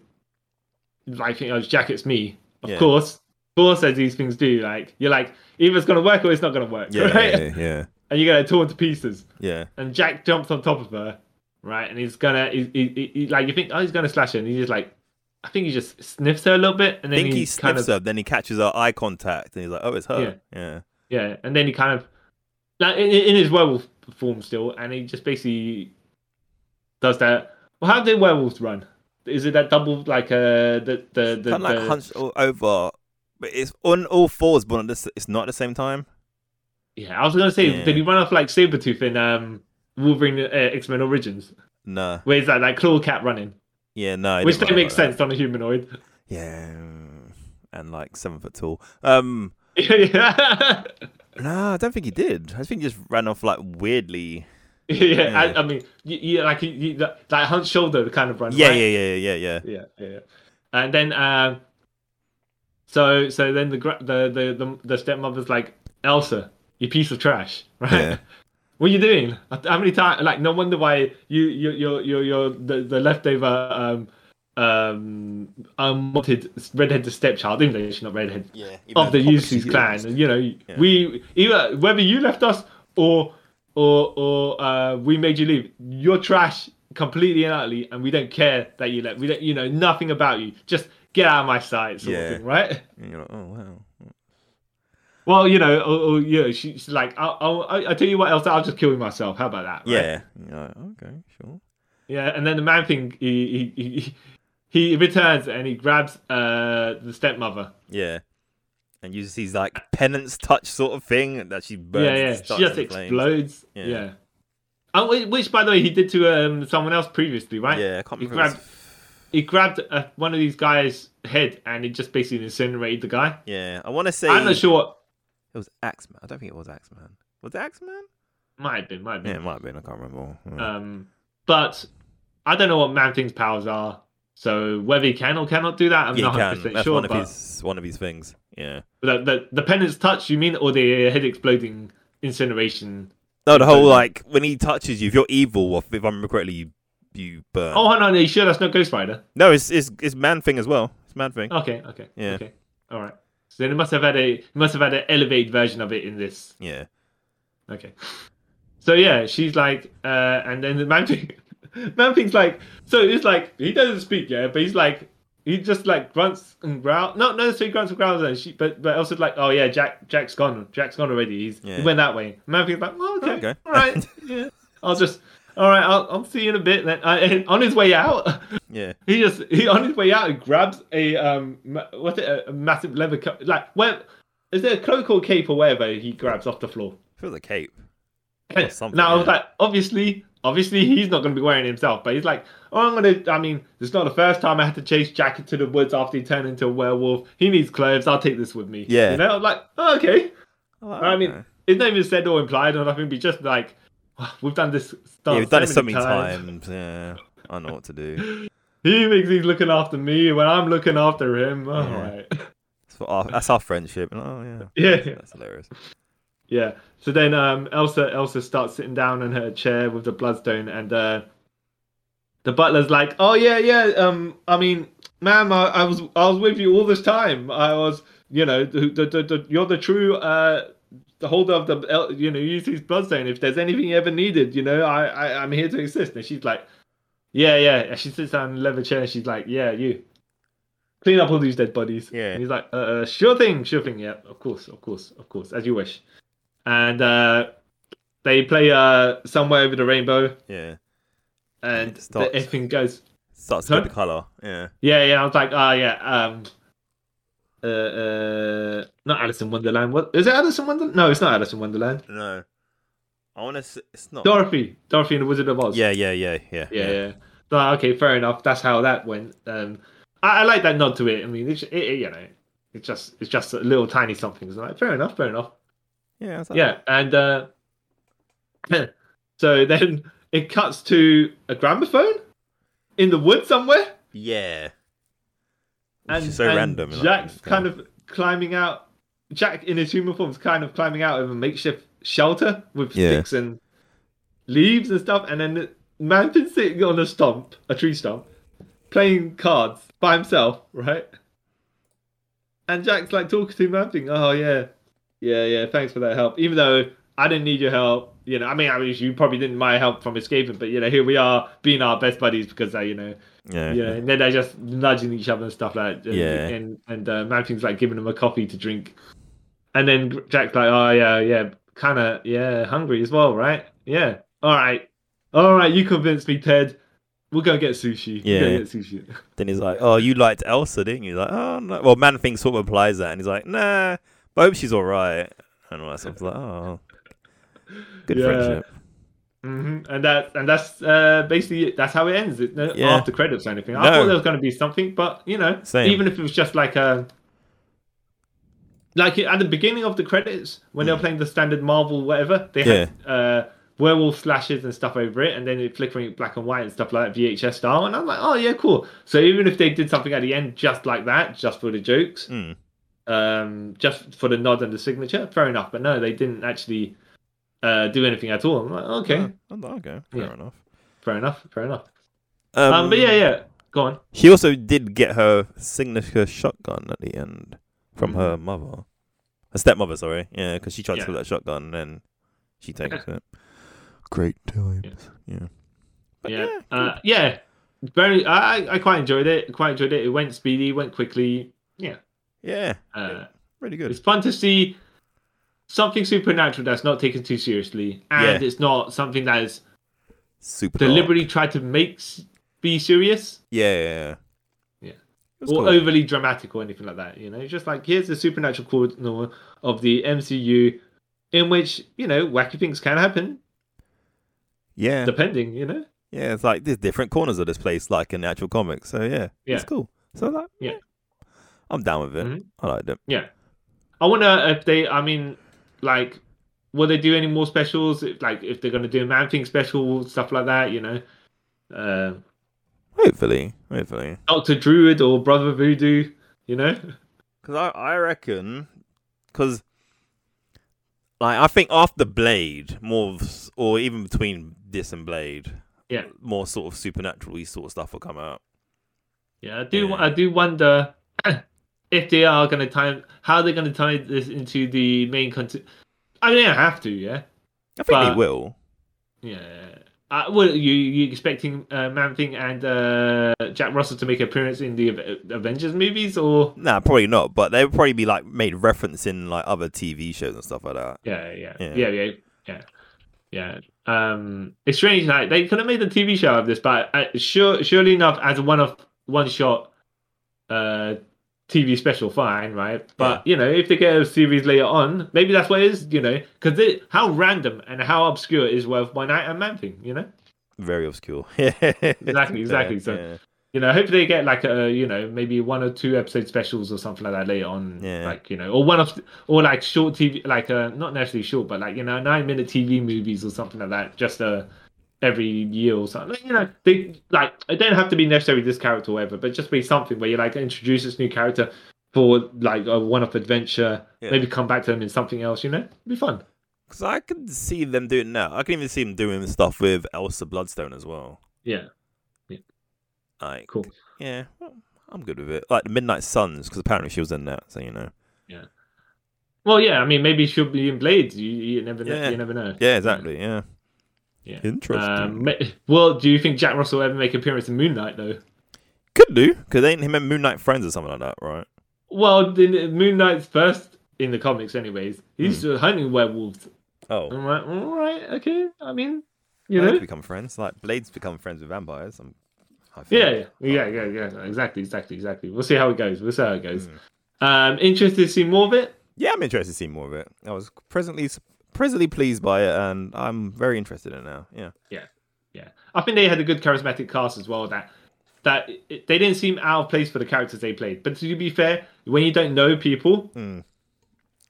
like you know, Jack, it's me, of
Yeah.
course. Of course, as these things do, like you're like either it's gonna work or it's not gonna work,
yeah,
right?
yeah, yeah,
And you're gonna torn to pieces
yeah.
and Jack jumps on top of her, right? And he's gonna, he, he, he, he- like, you think, oh, he's gonna slash her, and he's just like, I think he just sniffs her a little bit, and
I
then
think he
he's kind
sniffs
of,
her, then he catches her eye contact, and he's like, "Oh, it's her." Yeah,
yeah, and then he kind of, like, in, in his werewolf form still, and he just basically does that. Well, how do werewolves run? Is it that double, like, uh, the the the,
kind of like
the-
hunched all over, but it's on all fours, but at this, it's not at the same time.
yeah? I was gonna say,
Yeah.
did he run off like Sabretooth in um Wolverine uh, X Men Origins,
Nah,
where he's like that claw cat running?
Yeah, no. it
which
didn't look
they make
like that.
sense on a humanoid.
Yeah, and like seven foot tall. Um,
yeah,
no, I don't think he did. I think he just ran off like weirdly.
yeah. I, I mean, you, you, like you, you, that, that hunt shoulder kind of run.
Yeah,
right?
yeah, yeah, yeah, yeah.
yeah, yeah. And then, um, so so then the gra- the the the, the stepmother's like, Elsa, you piece of trash, right?
Yeah.
What are you doing? How many times? Like, no wonder why you you you you you're the, the leftover um um unwanted redheaded stepchild. Even though she's not redhead
Yeah.
of the Ulysses clan. And, you know, we either whether you left us or or or uh, we made you leave. You're trash completely and utterly, and we don't care that you left. We don't, you know, nothing about you. Just get out of my sight, sort
Yeah.
of thing, right?
And you're like, oh wow.
Well, you know, or, or you know, she's like, I'll, I'll, I- I'll tell you what else, I'll just kill myself. How about that? right?
Yeah. And you're like, okay, sure.
yeah. And then the man thing, he he, he he returns and he grabs uh the stepmother.
Yeah. And Ulysses like penance touch sort of thing that she burns.
yeah,
and
yeah. She
starts
just
in flames.
explodes.
Yeah.
Yeah. And whi- which, by the way, he did to um, someone else previously, right?
Yeah, I can't
He
remember.
grabbed,
his-
he grabbed uh one of these guys' head and he just basically incinerated the guy.
Yeah, I want to say
I'm not sure what.
it was Axeman. I don't think it was Axeman. Was it Axeman?
Might have been, might have
Yeah,
been.
it might have been. I can't remember. Yeah.
Um, but I don't know what Man Thing's powers are. So whether he can or cannot do that, I'm
Yeah,
not
he
100%
can. That's
sure.
one of
But
his one of his things. Yeah.
the, the, the penance touch, you mean, or the uh, head exploding incineration?
No, the whole
Burn.
like when he touches you, if you're evil, or if I remember correctly, you you burn.
Oh, no, no, you sure that's not Ghost Rider?
No, it's it's it's man thing as well. It's man thing.
Okay, okay,
Yeah.
okay. All right. So then it must have had a it must have had an elevated version of it in this.
Yeah.
Okay. So yeah, she's like, uh, and then the man thing, man thing's like, so it's like he doesn't speak, yeah, but he's like, he just like grunts and growls. Not not necessarily grunts and growls, and she, but but also like, oh yeah, Jack Jack's gone, Jack's gone already. He's
Yeah.
he went that way. Man thing's like, oh, okay,
Okay.
all right, yeah, I'll just. All right, I'll, I'll see you in a bit. Then uh, and on his way out,
Yeah.
he just he on his way out he grabs a um ma- what's it a, a massive leather co- like where is there a cloak or cape or whatever he grabs off the floor.
Feels like cape.
now
Or something,
I was
yeah.
like, obviously, obviously he's not going to be wearing it himself, but he's like, oh, I'm gonna. I mean, it's not the first time I had to chase Jack into the woods after he turned into a werewolf. He needs clothes. I'll take this with me.
Yeah.
you know, I'm like, oh, okay.
Oh,
I mean,
okay.
it's not even said or implied or nothing. But just like, we've done this. Stuff
yeah, we've done it so
many
many
times.
times. Yeah. I know what to do.
He thinks he's looking after me when I'm looking after him. All
Yeah.
right.
That's, what our, that's our friendship. And, oh yeah.
Yeah.
That's hilarious.
Yeah. So then um, Elsa Elsa starts sitting down in her chair with the bloodstone, and uh, the butler's like, "Oh yeah, yeah. Um, I mean, ma'am, I, I was I was with you all this time. I was, you know, the, the, the, the, you're the true uh, the holder of the El- you know Ulysses bloodstone. If there's anything you ever needed, you know, I, I I'm here to assist." And she's like, "Yeah, yeah." And she sits down in a leather chair. and She's like, "Yeah, you." Clean up all these dead bodies.
Yeah.
And he's like, uh, uh, sure thing, sure thing. Yeah, of course, of course, of course, as you wish and uh, they play uh, somewhere over the rainbow,
Yeah.
and
It starts.
the, everything goes.
Starts to
Huh?
get the color. Yeah.
Yeah, yeah. I was like, oh yeah. Um, uh, uh, not Alice in Wonderland. What is it? Alice in Wonderland? No, it's not Alice in Wonderland.
No. I want to. S- it's not.
Dorothy, Dorothy and the Wizard of Oz.
Yeah. Yeah. Yeah. Yeah.
yeah, yeah. So, okay, fair enough. That's how that went. Um, I, I like that nod to it. I mean, it's it, it, you know, it's just it's just a little tiny something. It's like fair enough, fair enough.
Yeah. it's like-
yeah and uh so then it cuts to a gramophone in the woods somewhere
Yeah. Which
and
is so
and
random. like,
jack's
it's
kind of climbing out jack in his human form is kind of climbing out of a makeshift shelter with
Yeah.
sticks and leaves and stuff and then man's been sitting on a stump a tree stump playing cards by himself right and jack's like talking to him and thinking oh yeah yeah yeah thanks for that help even though i didn't need your help you know i mean i mean you probably didn't my help from escaping but you know here we are being our best buddies because uh, you know
Yeah.
yeah, and then they're just nudging each other and stuff like that.
Yeah.
And, and uh, Manfred's like giving them a coffee to drink. And then Jack's like, oh, yeah, yeah, kind of, yeah, hungry as well, right? Yeah. All right. All right, you convinced me, Ted. We'll go get sushi. We'll
Yeah.
go get sushi.
Then he's like, "Oh, you liked Elsa, didn't you?" Like, "Oh, no." well, man thing sort of applies that, and he's like, "Nah, but I hope she's all right." And all that stuff. It's Like, oh, good
Yeah.
friendship.
hmm And that and that's uh, basically it. that's how it ends. It, no
Yeah.
after credits or anything. I
No.
thought there was going to be something, but you know,
Same.
even if it was just like a like at the beginning of the credits
Mm.
when they were playing the standard Marvel whatever, they had uh, werewolf slashes and stuff over it, and then it flickering black and white and stuff like that, VHS style. And I'm like, oh yeah, cool. So even if they did something at the end just like that, just for the jokes,
Mm.
um, just for the nod and the signature, fair enough. But no, they didn't actually. Uh, do anything at all? I'm like, okay,
Yeah, I'm Oh, like, okay, fair
Yeah.
enough.
Fair enough. Fair enough. Um, but yeah, yeah. Go on.
She also did get her signature shotgun at the end from
Mhm.
her mother, her stepmother. Sorry, yeah, because she tried
Yeah.
to kill that shotgun and then she takes it. Great times. Yeah. But
Yeah.
cool.
Uh, yeah. Very. I. I- I quite enjoyed it. Quite enjoyed it. It went speedy. Went quickly. Yeah.
yeah.
Uh,
Really good.
it's fun to see something supernatural that's not taken too seriously, and
Yeah.
it's not something that is
Super. dark.
deliberately tried to make s- be serious
Yeah. Yeah.
Yeah.
It
or
was cool.
overly dramatic or anything like that. You know, It's just like here's the supernatural corner of the MCU, in which you know wacky things can happen,
yeah.
depending. You know.
Yeah, it's like there's different corners of this place, like in the actual comics. So yeah,
Yeah.
it's cool. So like,
Yeah.
yeah, I'm down with it.
Mhm.
I liked it.
I wonder if they. I mean, like, will they do any more specials? If, like, if they're going to do a man thing special, stuff like that, you know, uh,
Hopefully, hopefully,
Doctor Druid or Brother Voodoo, you know.
because I I reckon, because like I think after Blade, more of s- or even between this and Blade,
Yeah.
more sort of supernatural sort of stuff will come out.
Yeah, I do.
Yeah.
I do wonder if they are going to time how they're going to tie this into the main content. I mean, they don't have to. Yeah,
I think they
But-
will.
yeah. Uh, well, you you expecting uh, Man Thing and uh, Jack Russell to make an appearance in the Ave- Avengers movies, or
Nah, probably not. But they'll probably be like made reference in like other TV shows and stuff like that.
yeah, yeah,
Yeah.
yeah, yeah, yeah, yeah. Um, it's strange. Like they could have made a TV show of this, but uh, sure, surely enough, as a one-off, one-shot, uh, TV special, fine, right? But you know, if they get a series later on, maybe that's what it is. You know, because how random and how obscure is Werewolf by Night and Man Thing? You know,
Very obscure. exactly.
exactly. So- you know, hopefully they get like a you know maybe one or two episode specials or something like that later on.
Yeah.
Like you know, or one of or like short TV, like uh, not necessarily short, but like you know, nine minute TV movies or something like that. Just uh, every year or something. Like, you know, they like it don't have to be necessarily this character or whatever, but just be something where you like introduce this new character for like a one off adventure.
Yeah.
Maybe come back to them in something else. You know, It'd be fun.
Because I can see them doing that. I can even see them doing stuff with Elsa Bloodstone as well.
Yeah.
Like,
Cool.
Yeah, well, I'm good with it. Like the Midnight Suns, because apparently she was in that, so you know.
Well, yeah. I mean, maybe she'll be in Blades. You you never know.
Yeah.
You never know.
Yeah, exactly. Yeah.
Yeah.
Interesting.
Mm. Um, ma- well, do you think Jack Russell will ever make an appearance in Moon Knight though?
Could do, because ain't him and Moon Knight friends or something like that, right?
Well, in Moon Knight's first in the comics, anyways. He's uh hunting werewolves.
Oh,
I'm like, all right, okay. I mean,
you
you know,
become friends. Like Blades become friends with vampires. I'm, I think.
yeah, yeah, yeah, yeah, yeah, exactly, exactly, exactly. We'll see how it goes. We'll see how it goes.
Mm.
Um, interested to see more of it.
Yeah, I'm interested to see more of it. I was presently presently pleased by it, and I'm very interested in it now. Yeah.
Yeah, I think they had a good charismatic cast as well. That that it, they didn't seem out of place for the characters they played. But to be fair, when you don't know people,
Mm.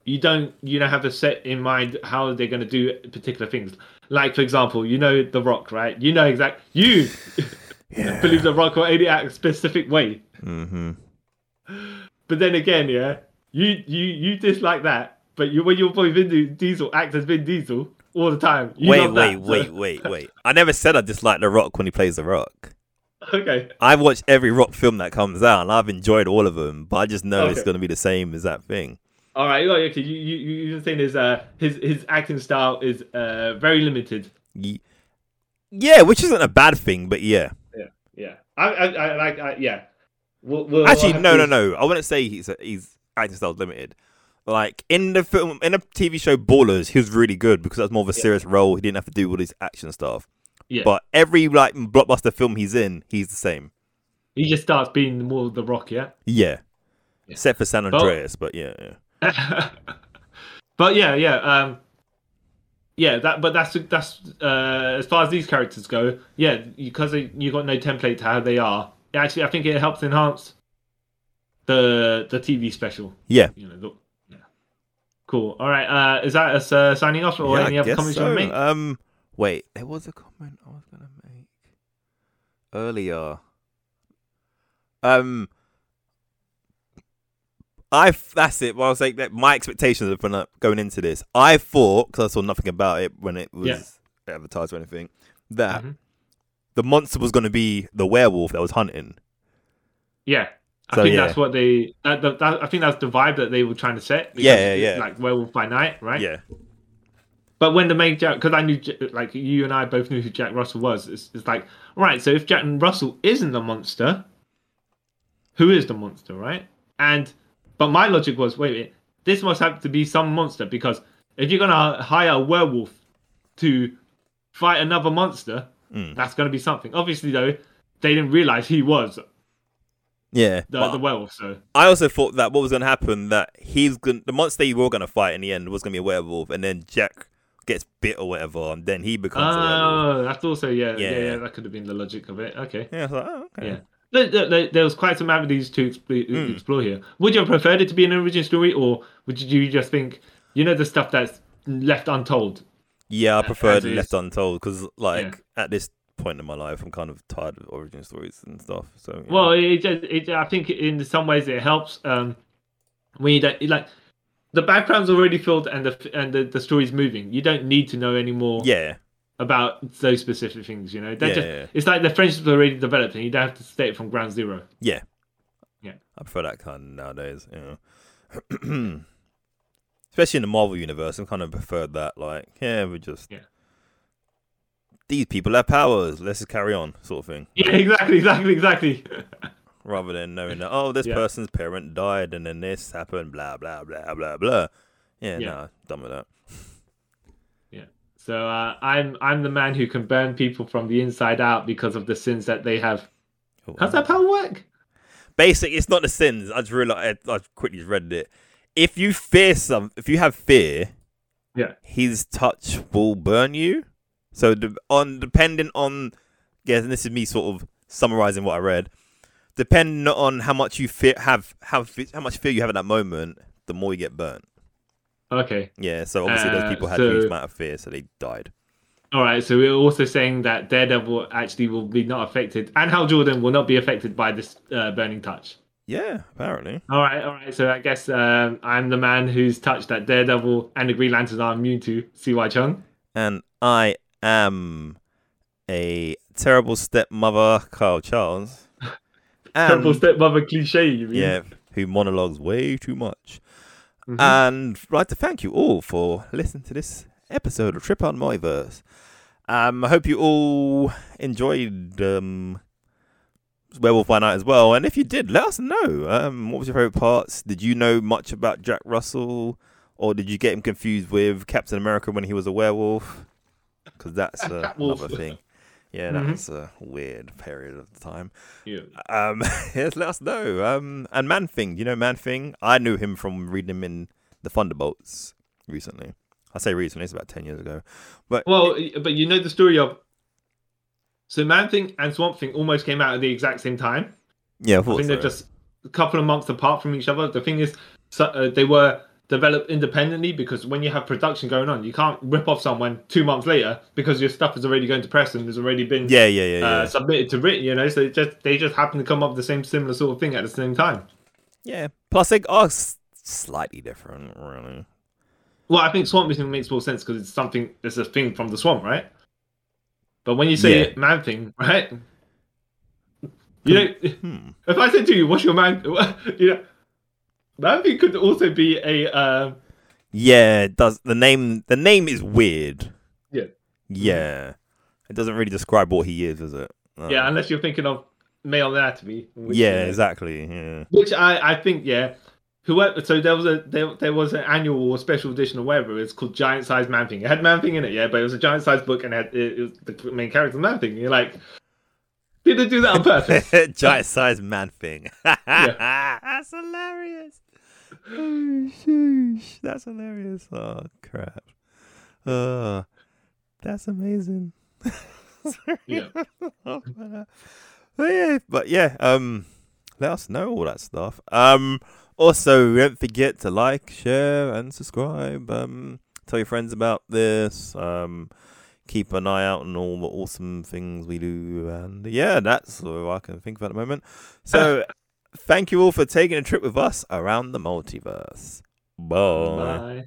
you don't you don't have a set in mind how they're going to do particular things like for example you know the rock right you know exact you believe the rock will only act a specific way
Mm-hmm.
but then again yeah you you you dislike that but you when your boy vin Di- diesel acts as vin diesel all the time you
Wait,
love that,
wait,
so-
wait, wait, wait. I never said I disliked The Rock when he plays The Rock.
okay
I've watched every rock film that comes out, and I've enjoyed all of them. But I just know it's
Okay.
going to be the same as that thing.
all right well, okay you you you- you're saying his uh his his acting style is uh very limited
Ye- Yeah, which isn't a bad thing, but yeah.
yeah i i, I like I, yeah we'll, we'll
Actually,
have
no,
to-
no, no. I wouldn't say he's he's acting style limited. Like in the film, in the TV show Ballers, he was really good because that was more of a
Yeah.
serious role. He didn't have to do all this action stuff.
Yeah.
But every like blockbuster film he's in, he's the same.
he just starts being more the rock yeah
Yeah.
Yeah.
Except for San
But-
Andreas, but yeah, yeah.
but yeah, yeah. Um, yeah, that but that's that's uh, as far as these characters go. Yeah, because you got no template to how they are. Actually, I think it helps enhance the the TV special.
Yeah.
You know, the, yeah. Cool. All right. Uh, is that us uh, signing off, or
Yeah, I
any other
guess
comments you want to
so.
make?
Um, wait, there was a comment I was gonna make earlier. Um, I f- that's it. Well, I was like, that my expectations of when I- going into this, I thought because I saw nothing about it when it was
Yeah.
advertised or anything that
Mhm.
the monster was gonna be the werewolf that was hunting.
Yeah. I
So,
think
yeah.
that's what they. That, that, that- I think that's the vibe that they were trying to set. because
Yeah, yeah,
it's
yeah.
Like werewolf by night, right?
Yeah,
But when the main Jack, because I knew, J- like you and I both knew who Jack Russell was. It's, it's like, right. So if Jack Russell isn't the monster, who is the monster, right? And but my logic was, wait, wait, this must have to be some monster because if you're gonna hire a werewolf to fight another monster,
Mm.
that's gonna be something. Obviously, though, they didn't realize he was the,
yeah. But
the werewolf. So
I also thought that what was going to happen that he's going the monster you were going to fight in the end was going to be a werewolf, and then Jack gets bit or whatever, and then he becomes a werewolf.
oh, that's also yeah, yeah,
Yeah.
yeah. That could have been the logic of it. Okay.
Yeah, I was like, oh, okay.
Yeah. There, there- there- there was quite some avenues to explore, explore here. Would you have preferred it to be an origin story, or would you just think, you know, the stuff that's left untold?
Yeah, I preferred
as is.
Left Untold because, like, at this point in my life, I'm kind of tired of origin stories and stuff. So yeah.
Well, it, just- it, I think in some ways it helps um, when you don't like the background's already filled and the and the, the story's moving. You don't need to know anymore
yeah,
about those specific things. You know, They're
Yeah,
just,
yeah.
it's like the friendship's already developed, and you don't have to state it from ground zero.
yeah,
Yeah.
I prefer that kind nowadays. You know. Especially in the Marvel universe, I kind of preferred that. Like, yeah, we just
Yeah.
these people have powers. Let's just carry on, sort of thing.
Yeah, exactly, exactly, exactly.
rather than knowing that oh this
Yeah.
person's parent died and then this happened blah blah blah blah blah yeah,
Yeah.
nah done with that
So uh, I'm I'm the man who can burn people from the inside out because of the sins that they have.
Cool.
How's that power work?
Oh, basic it's not the sins i just realized i, I quickly just read it if you fear some if you have fear
Yeah.
his touch will burn you so de- on depending on yeah and this is me sort of summarizing what i read depending on how much you fear have have how much fear you have at that moment the more you get burnt
Okay,
yeah so obviously
Uh,
those people had
so-
huge amount of fear so they died
all right. So we're also saying that Daredevil actually will be not affected, and Hal Jordan will not be affected by this uh, burning touch.
yeah apparently
All right, all right. So I guess um, I'm the man who's touched that Daredevil and the Green Lanterns are immune to. CY Chung.
and I am a terrible stepmother, Carl Charles. And,
Terrible stepmother cliche. You mean?
Um, yeah, who monologues way too much.
Mhm.
And I'd like to thank you all for listening to this episode of Trip on Multiverse. Um, I hope you all enjoyed um, Werewolf by Night as well. And if you did, let us know. Um, what was your favorite parts? Did you know much about Jack Russell, or did you get him confused with Captain America when he was a werewolf? Because that's uh,
Wolf.
another thing. Yeah, that
Mhm.
was a weird period of time.
Yeah.
Um, yes, let us know. Um, and Man Thing, you know Man Thing? I knew him from reading him in the Thunderbolts recently. I say recently, it's about ten years ago. But
Well, but you know the story of. So Man Thing and Swamp Thing almost came out at the exact same time.
yeah, I
I
thought
think
so.
they're just a couple of months apart from each other. The thing is, so, uh, they were developed independently because when you have production going on, you can't rip off someone two months later because your stuff is already going to press and has already been
yeah, yeah, yeah, yeah.
uh, submitted to written. You know, so it just they just happen to come up with the same similar sort of thing at the same time.
yeah. Plus, they are s- slightly different, really.
Well, I think Swamp Thing makes more sense because it's something. It's a thing from the swamp, right? But when you say
Yeah.
Man Thing, right? You know,
Hmm.
If I said to you, "What's your man?" You know, man thing could also be a uh,
Yeah, it does the name? The name is weird.
Yeah.
Yeah, it doesn't really describe what he is, does it? No.
yeah, unless you're thinking of male anatomy. Which,
yeah,
uh,
exactly. Yeah.
Which I, I think yeah. Whoever, so there was a there, there was an annual or special edition or whatever. It's called Giant Size Man Thing. It had Man Thing in it, yeah, but it was a giant size book and it had it, it was the main character Man Thing. You're like, did they do that on purpose?
giant sized man thing. That's hilarious. Oh, sheesh. That's hilarious. Oh, crap. Uh, that's amazing. Sorry.
Yeah.
but, uh, but yeah, but yeah, um, let us know all that stuff. Um, also, don't forget to like, share, and subscribe. Um, tell your friends about this. Um, keep an eye out on all the awesome things we do. And yeah, that's all I can think of at the moment. So, thank you all for taking a trip with us around the multiverse. Bye.
Bye.